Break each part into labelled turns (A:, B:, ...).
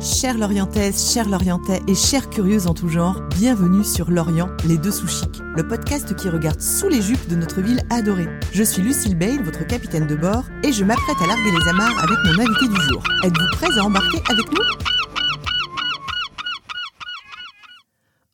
A: Chères Lorientaises, chers Lorientais et chères curieuses en tout genre, bienvenue sur Lorient, les deux sous chics, le podcast qui regarde sous les jupes de notre ville adorée. Je suis Lucille Bale, votre capitaine de bord, et je m'apprête à larguer les amarres avec mon invité du jour. Êtes-vous prêts à embarquer avec nous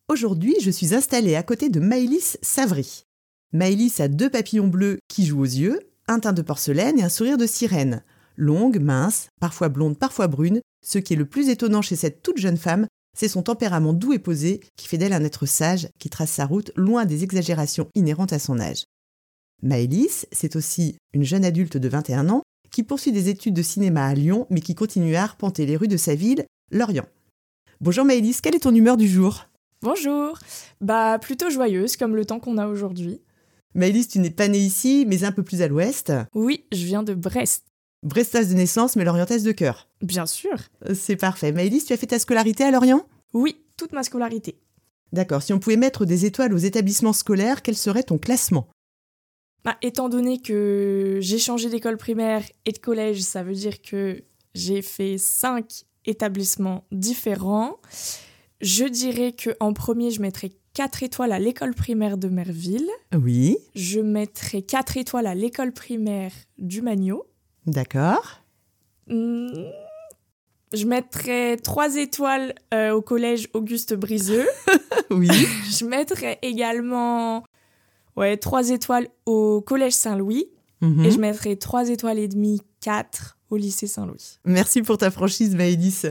A: Aujourd'hui, je suis installée à côté de Maëlys Savry. Maëlys a deux papillons bleus qui jouent aux yeux, un teint de porcelaine et un sourire de sirène. Longue, mince, parfois blonde, parfois brune, ce qui est le plus étonnant chez cette toute jeune femme, c'est son tempérament doux et posé qui fait d'elle un être sage qui trace sa route loin des exagérations inhérentes à son âge. Maëlys, c'est aussi une jeune adulte de 21 ans qui poursuit des études de cinéma à Lyon mais qui continue à arpenter les rues de sa ville, Lorient. Bonjour Maëlys, quelle est ton humeur du jour
B: Bonjour Bah plutôt joyeuse comme le temps qu'on a aujourd'hui.
A: Maëlys, tu n'es pas née ici mais un peu plus à l'ouest,
B: Oui, je viens de Brest.
A: Brestasse de naissance mais lorientaise de cœur.
B: Bien sûr.
A: C'est parfait. Maëlys, tu as fait ta scolarité à Lorient
B: Oui, toute ma scolarité.
A: D'accord, si on pouvait mettre des étoiles aux établissements scolaires, quel serait ton classement
B: Bah, étant donné que j'ai changé d'école primaire et de collège, ça veut dire que j'ai fait cinq établissements différents. Je dirais que en premier, je mettrais 4 étoiles à l'école primaire de Merville.
A: Oui,
B: Je mettrais 4 étoiles à l'école primaire du Magno.
A: d'accord.
B: Hmm, Je mettrais 3 étoiles euh, au collège Auguste Briseux.
A: Oui.
B: Je mettrais également ouais, 3 étoiles au collège Saint-Louis
A: Mhm.
B: et je mettrais 3 étoiles et demie, 4 au lycée Saint-Louis.
A: Merci pour ta franchise, Maëlys.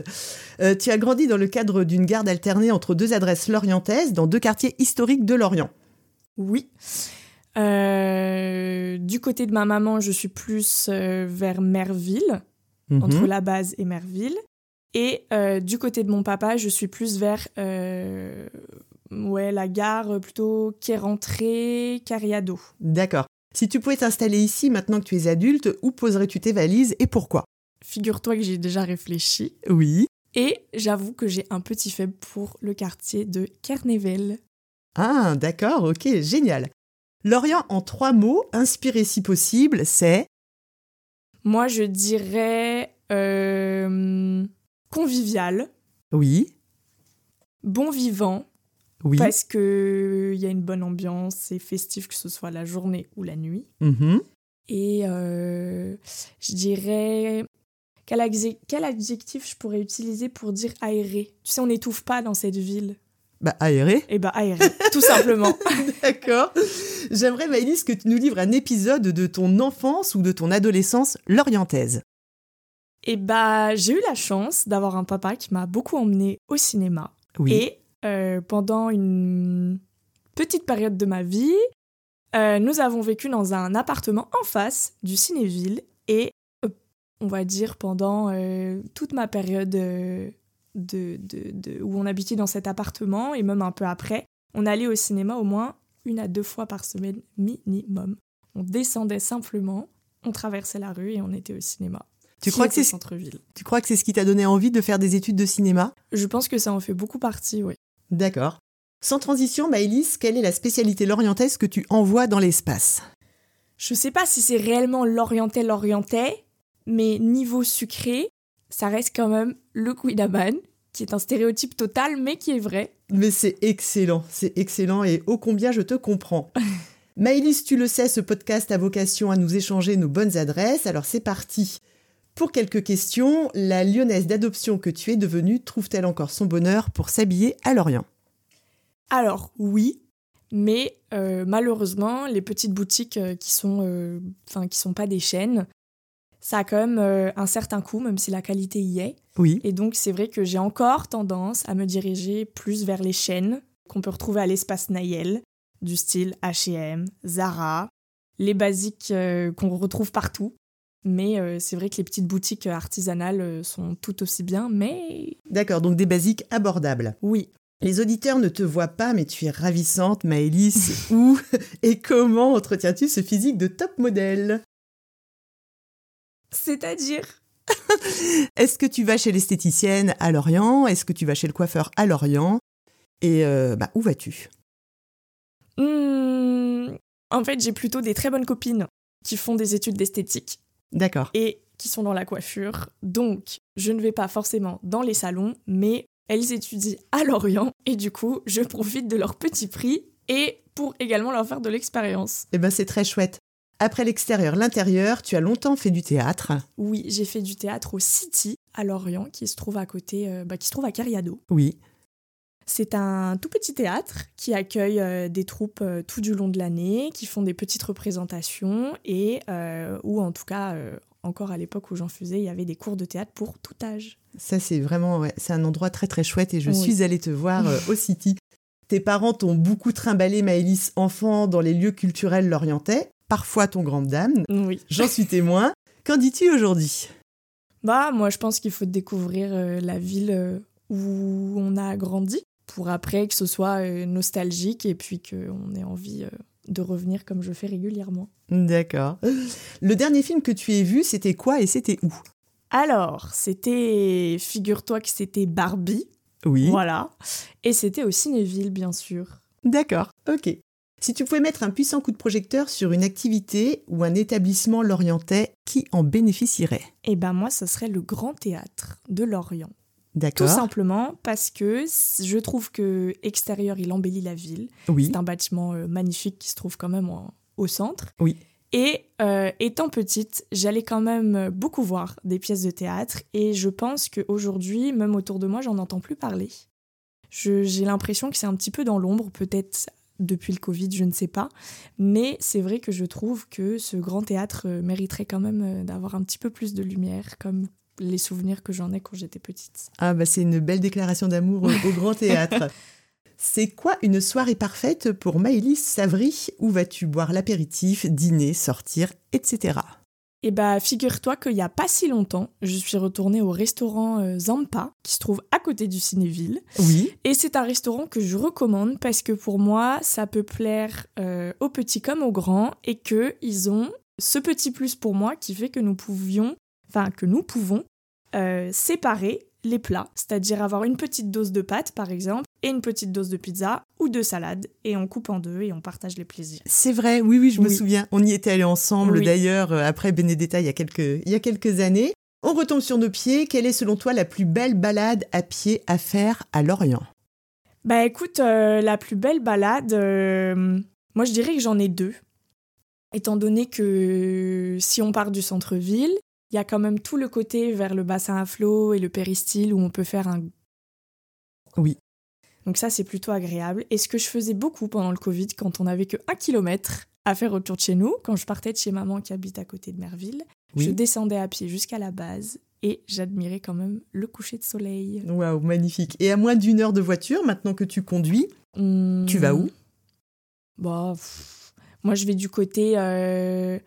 A: Euh, tu as grandi dans le cadre d'une garde alternée entre deux adresses lorientaises dans deux quartiers historiques de Lorient.
B: Oui. Euh, du côté de ma maman, je suis plus euh, vers Merville, entre
A: Mhm.
B: la base et Merville. Et euh, du côté de mon papa, je suis plus vers euh, ouais, la gare euh, plutôt Quai-Rentrée, Cariado.
A: D'accord. Si tu pouvais t'installer ici maintenant que tu es adulte, où poserais-tu tes valises et pourquoi
B: Figure-toi que j'ai déjà réfléchi.
A: Oui.
B: Et j'avoue que j'ai un petit faible pour le quartier de Carnével.
A: Ah, d'accord, ok, génial. Lorient, en trois mots, inspiré si possible, c'est...
B: Moi, je dirais euh, convivial,
A: Oui,
B: bon vivant,
A: oui.
B: parce qu'il y a une bonne ambiance, c'est festif que ce soit la journée ou la nuit.
A: Mhm.
B: Et euh, je dirais... Quel, axé- quel adjectif je pourrais utiliser pour dire aéré Tu sais, on n'étouffe pas dans cette ville.
A: Bah, aéré.
B: Eh ben, aéré, tout simplement.
A: D'accord. J'aimerais, Maëlys, que tu nous livres un épisode de ton enfance ou de ton adolescence lorientaise.
B: Et bah, j'ai eu la chance d'avoir un papa qui m'a beaucoup emmené au cinéma. Et euh, pendant une petite période de ma vie, euh, nous avons vécu dans un appartement en face du Cinéville et euh, on va dire pendant euh, toute ma période euh, de, de- de- où on habitait dans cet appartement et même un peu après, on allait au cinéma au moins une à deux fois par semaine minimum. On descendait simplement, on traversait la rue et on était au cinéma.
A: tu,
B: Qui
A: crois que
B: était
A: c'est, ce-
B: centre-ville
A: tu crois que c'est ce qui t'a donné envie de faire des études de cinéma
B: Je pense que ça en fait beaucoup partie, oui.
A: D'accord. Sans transition, Maëlys, quelle est la spécialité lorientaise que tu envoies dans l'espace
B: Je sais pas si c'est réellement l'orientais l'orientais, mais niveau sucré, ça reste quand même le Quidaman, qui est un stéréotype total mais qui est vrai.
A: Mais c'est excellent, c'est excellent et ô combien je te comprends. Maëlys, tu le sais, ce podcast a vocation à nous échanger nos bonnes adresses, alors c'est parti. Pour quelques questions, la lyonnaise d'adoption que tu es devenue trouve-t-elle encore son bonheur pour s'habiller à Lorient
B: Alors oui, mais euh, malheureusement, les petites boutiques euh, qui sont, euh, enfin qui sont pas des chaînes, ça a quand même euh, un certain coût, même si la qualité y est.
A: Oui.
B: Et donc c'est vrai que j'ai encore tendance à me diriger plus vers les chaînes qu'on peut retrouver à l'espace Nayel, du style H&M, Zara, les basiques euh, qu'on retrouve partout. Mais euh, c'est vrai que les petites boutiques artisanales euh, sont tout aussi bien, mais
A: D'accord, donc des basiques abordables.
B: oui.
A: Les auditeurs ne te voient pas, mais tu es ravissante, Maëlys. Où et comment entretiens-tu ce physique de top modèle
B: C'est-à-dire
A: Est-ce que tu vas chez l'esthéticienne à Lorient Est-ce que tu vas chez le coiffeur à Lorient Et euh, bah, où vas-tu
B: Hmm, En fait, j'ai plutôt des très bonnes copines qui font des études d'esthétique.
A: D'accord.
B: et qui sont dans la coiffure. Donc, je ne vais pas forcément dans les salons, mais elles étudient à Lorient et du coup, je profite de leur petit prix et pour également leur faire de l'expérience.
A: Eh ben, c'est très chouette. Après l'extérieur, l'intérieur, tu as longtemps fait du théâtre.
B: Oui, j'ai fait du théâtre au City à Lorient qui se trouve à côté euh, bah, qui se trouve à Cariado.
A: Oui.
B: C'est un tout petit théâtre qui accueille euh, des troupes euh, tout du long de l'année, qui font des petites représentations et euh, ou en tout cas euh, encore à l'époque où j'en faisais, il y avait des cours de théâtre pour tout âge.
A: Ça, c'est vraiment, ouais, c'est un endroit très très chouette et je
B: Oui.
A: suis allée te voir euh, au City. Tes parents t'ont beaucoup trimballé, Maëlys, enfant, dans les lieux culturels lorientais, parfois ton grande dame.
B: Oui.
A: J'en suis témoin. Qu'en dis-tu aujourd'hui
B: Bah, moi, je pense qu'il faut découvrir euh, la ville euh, où on a grandi pour après que ce soit euh, nostalgique et puis qu'on ait envie euh, de revenir comme je fais régulièrement.
A: D'accord. Le dernier film que tu aies vu, c'était quoi et c'était où
B: Alors, c'était. Figure-toi que c'était Barbie.
A: Oui.
B: Voilà. Et c'était au Cinéville, bien sûr.
A: D'accord, ok. Si tu pouvais mettre un puissant coup de projecteur sur une activité ou un établissement lorientais, qui en bénéficierait
B: Et ben, moi, ça serait le Grand Théâtre de Lorient. Tout
A: D'accord.
B: simplement parce que c- je trouve que extérieur, il embellit la ville.
A: Oui.
B: C'est un bâtiment euh, magnifique qui se trouve quand même en- au centre.
A: Oui.
B: Et euh, étant petite, j'allais quand même euh, beaucoup voir des pièces de théâtre et je pense qu'aujourd'hui, même autour de moi, j'en entends plus parler. Je- J'ai l'impression que c'est un petit peu dans l'ombre, peut-être depuis le Covid, je ne sais pas. Mais c'est vrai que je trouve que ce grand théâtre euh, mériterait quand même euh, d'avoir un petit peu plus de lumière, comme les souvenirs que j'en ai quand j'étais petite.
A: Ah bah c'est une belle déclaration d'amour au, au grand théâtre. C'est quoi une soirée parfaite pour Maëlys Savry Où vas-tu boire l'apéritif, dîner, sortir, etc.
B: Eh bah, figure-toi qu'il n'y a pas si longtemps, je suis retournée au restaurant euh, Zampa, qui se trouve à côté du Cinéville.
A: Oui.
B: Et c'est un restaurant que je recommande parce que pour moi, ça peut plaire euh, aux petits comme aux grands et que ils ont ce petit plus pour moi qui fait que nous pouvions, enfin que nous pouvons euh, séparer les plats, c'est-à-dire avoir une petite dose de pâtes par exemple et une petite dose de pizza ou de salade et on coupe en deux et on partage les plaisirs.
A: C'est vrai, oui, oui, je me
B: Oui.
A: souviens. On y était allés ensemble
B: Oui.
A: d'ailleurs euh, après Benedetta il y, a quelques, il y a quelques années. On retombe sur nos pieds. Quelle est selon toi la plus belle balade à pied à faire à Lorient
B: Bah écoute, euh, la plus belle balade, euh, moi je dirais que j'en ai deux. Étant donné que si on part du centre-ville, il y a quand même tout le côté vers le bassin à flot et le péristyle où on peut faire un...
A: Oui.
B: Donc ça c'est plutôt agréable. Et ce que je faisais beaucoup pendant le Covid quand on n'avait que un kilomètre à faire autour de chez nous, quand je partais de chez maman qui habite à côté de Merville, je descendais à pied jusqu'à la base et j'admirais quand même le coucher de soleil.
A: Waouh, magnifique. Et à moins d'une heure de voiture, maintenant que tu conduis,
B: Hmm.
A: tu vas où
B: Bah, pff, moi je vais du côté, euh,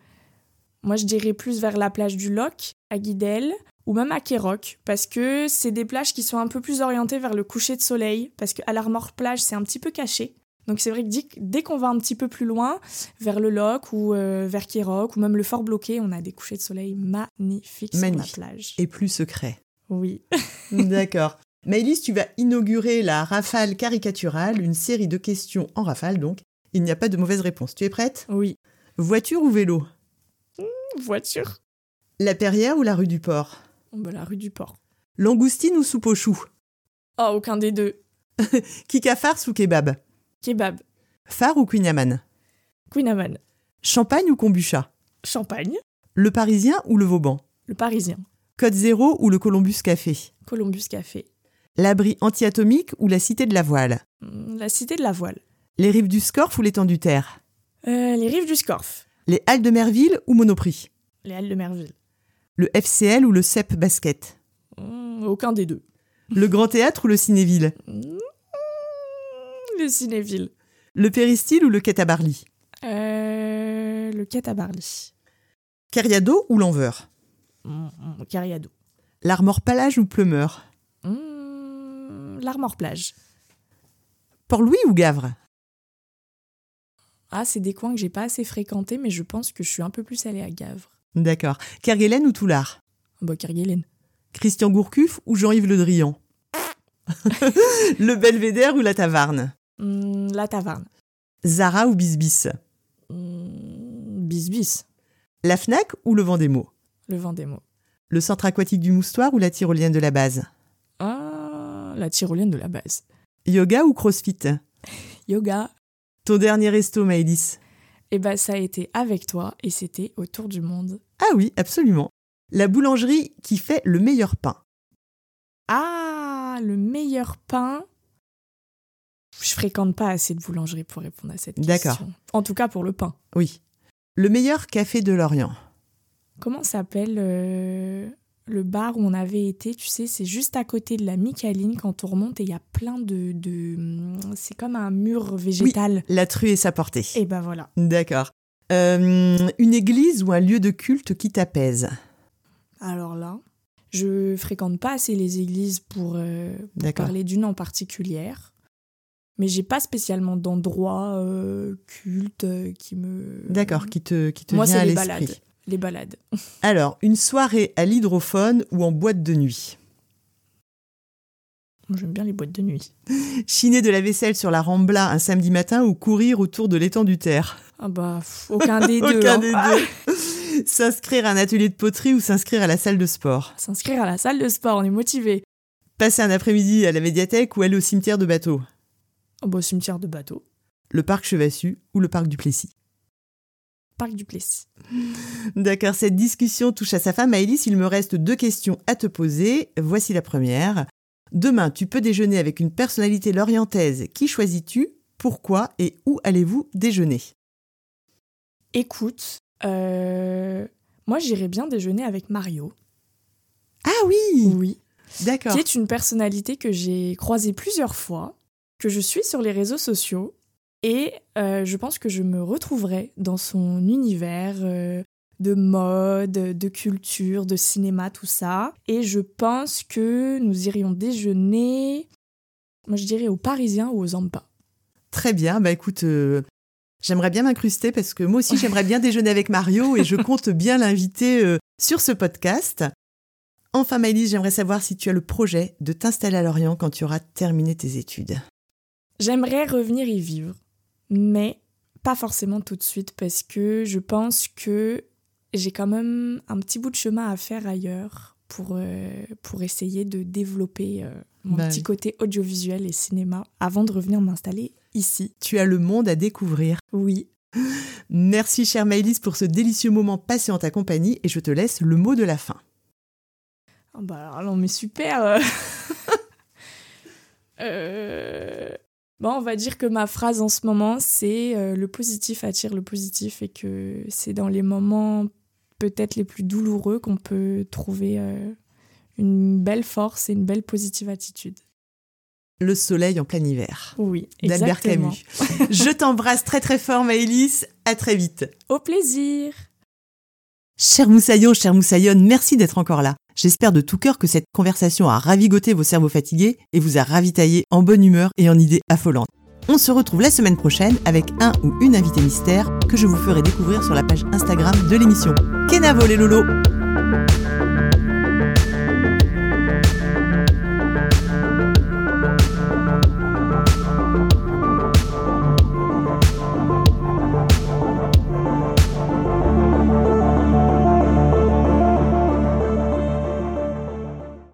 B: moi je dirais plus vers la plage du Loch, à Guidel, ou même à Kéroc, parce que c'est des plages qui sont un peu plus orientées vers le coucher de soleil, parce qu'à la remorque plage c'est un petit peu caché. Donc c'est vrai que dès- dès qu'on va un petit peu plus loin, vers le Loch ou euh, vers Kéroc, ou même le Fort Bloqué, on a des couchers de soleil magnifiques
A: Magnifique.
B: sur la plage.
A: Et plus secret.
B: Oui.
A: D'accord. Maëlys, tu vas inaugurer la rafale caricaturale, une série de questions en rafale donc. Il n'y a pas de mauvaise réponse. Tu es prête
B: Oui.
A: Voiture ou vélo
B: Voiture.
A: La Perrière ou la rue du Port
B: Oh, bah, la rue du Port.
A: Langoustine ou soupe aux choux
B: Oh, aucun des deux.
A: Kika farce ou kebab
B: Kebab.
A: Phare ou quinaman
B: Queen Amman.
A: Champagne ou kombucha
B: Champagne.
A: Le Parisien ou le Vauban
B: Le Parisien.
A: Code zéro ou le Columbus Café
B: Columbus Café.
A: L'abri antiatomique ou la cité de la voile
B: Mm, La cité de la voile.
A: Les rives du Scorf ou l'étendue du Terre
B: Euh, les rives du Scorf.
A: Les Halles de Merville ou Monoprix
B: Les Halles de Merville.
A: Le FCL ou le CEP Basket
B: Mm, aucun des deux.
A: Le Grand Théâtre ou le Cinéville
B: Mm, le Cinéville.
A: Le Péristyle ou le Quai à Barly
B: Euh, le Quai à Barly.
A: Cariado ou l'Enveur
B: Mm, mm, Cariado.
A: L'Armor Palage ou Pleumeur
B: Mm, L'Armor Plage.
A: Port-Louis ou Gavre
B: Ah, c'est des coins que j'ai pas assez fréquentés, mais je pense que je suis un peu plus allée à Gavre.
A: D'accord. Kerguelen ou Toulard
B: Bah, Kerguelen.
A: Christian Gourcuff ou Jean-Yves Le Drian Le Belvédère ou la Taverne
B: Mm, la Taverne.
A: Zara ou Bisbis
B: Mm, bis bis.
A: La Fnac ou le Vendémo
B: le Vendémo.
A: Le centre aquatique du Moustoir ou la tyrolienne de la base
B: Ah, la tyrolienne de la base.
A: Yoga ou crossfit
B: Yoga.
A: Ton dernier resto, Maëlys
B: Eh ben, ça a été avec toi et c'était au tour du monde.
A: Ah oui, absolument. La boulangerie qui fait le meilleur pain.
B: Ah, le meilleur pain. Je fréquente pas assez de boulangeries pour répondre à cette question.
A: D'accord.
B: En tout cas pour le pain.
A: Oui. Le meilleur café de l'Orient.
B: Comment s'appelle euh, le bar où on avait été Tu sais, c'est juste à côté de la Micaline quand on remonte et il y a plein de. de c'est comme un mur végétal.
A: La truie et sa portée.
B: Et ben voilà.
A: D'accord. Euh, une église ou un lieu de culte qui t'apaise.
B: Alors là, je fréquente pas assez les églises pour, euh, pour
A: D'accord.
B: parler d'une en particulière. Mais j'ai pas spécialement d'endroit euh, culte euh, qui me.
A: D'accord, qui te, qui te
B: Moi,
A: vient
B: c'est
A: à
B: les
A: l'esprit.
B: balades. Les balades.
A: Alors, une soirée à l'hydrophone ou en boîte de nuit.
B: J'aime bien les boîtes de nuit.
A: Chiner de la vaisselle sur la Rambla un samedi matin ou courir autour de l'étang du Terre.
B: Ah bah, pff, aucun des deux.
A: Aucun
B: hein.
A: des deux. S'inscrire à un atelier de poterie ou s'inscrire à la salle de sport.
B: Ah, S'inscrire à la salle de sport, on est motivé.
A: Passer un après-midi à la médiathèque ou aller au cimetière de bateau.
B: Ah bah, cimetière de bateau.
A: Le parc Chevassu ou le parc du Plessis.
B: Parc du Plessis.
A: D'accord, cette discussion touche à sa fin. Maëlys, il me reste deux questions à te poser. Voici la première. Demain, tu peux déjeuner avec une personnalité lorientaise. Qui choisis-tu Pourquoi et où allez-vous déjeuner
B: Écoute, euh, moi j'irais bien déjeuner avec Mario.
A: Ah oui
B: Oui.
A: D'accord.
B: Qui est une personnalité que j'ai croisée plusieurs fois, que je suis sur les réseaux sociaux, et euh, je pense que je me retrouverai dans son univers euh, de mode, de culture, de cinéma, tout ça. Et je pense que nous irions déjeuner, moi je dirais aux Parisiens ou aux Zampa.
A: Très bien. Bah écoute, euh, j'aimerais bien m'incruster parce que moi aussi j'aimerais bien déjeuner avec Mario et je compte bien l'inviter euh, sur ce podcast. Enfin, Maëlys, j'aimerais savoir si tu as le projet de t'installer à Lorient quand tu auras terminé tes études.
B: J'aimerais revenir y vivre, mais pas forcément tout de suite parce que je pense que j'ai quand même un petit bout de chemin à faire ailleurs pour, euh, pour essayer de développer euh, mon
A: Bah
B: petit
A: oui.
B: côté audiovisuel et cinéma avant de revenir m'installer ici.
A: Tu as le monde à découvrir.
B: Oui.
A: Merci, chère Maëlys, pour ce délicieux moment passé en ta compagnie et je te laisse le mot de la fin.
B: Ah bah alors, non, mais super euh. Euh, Bon, on va dire que ma phrase en ce moment, c'est euh, le positif attire le positif et que c'est dans les moments peut-être les plus douloureux qu'on peut trouver euh, une belle force et une belle positive attitude.
A: Le soleil en plein hiver.
B: Oui,
A: D'Albert
B: exactement.
A: Camus. Je t'embrasse très très fort, Maëlys. À très vite.
B: Au plaisir
A: Cher Moussaillon, chère Moussaillonne, merci d'être encore là. J'espère de tout cœur que cette conversation a ravigoté vos cerveaux fatigués et vous a ravitaillé en bonne humeur et en idées affolantes. On se retrouve la semaine prochaine avec un ou une invitée mystère que je vous ferai découvrir sur la page Instagram de l'émission. Kenavo les lolos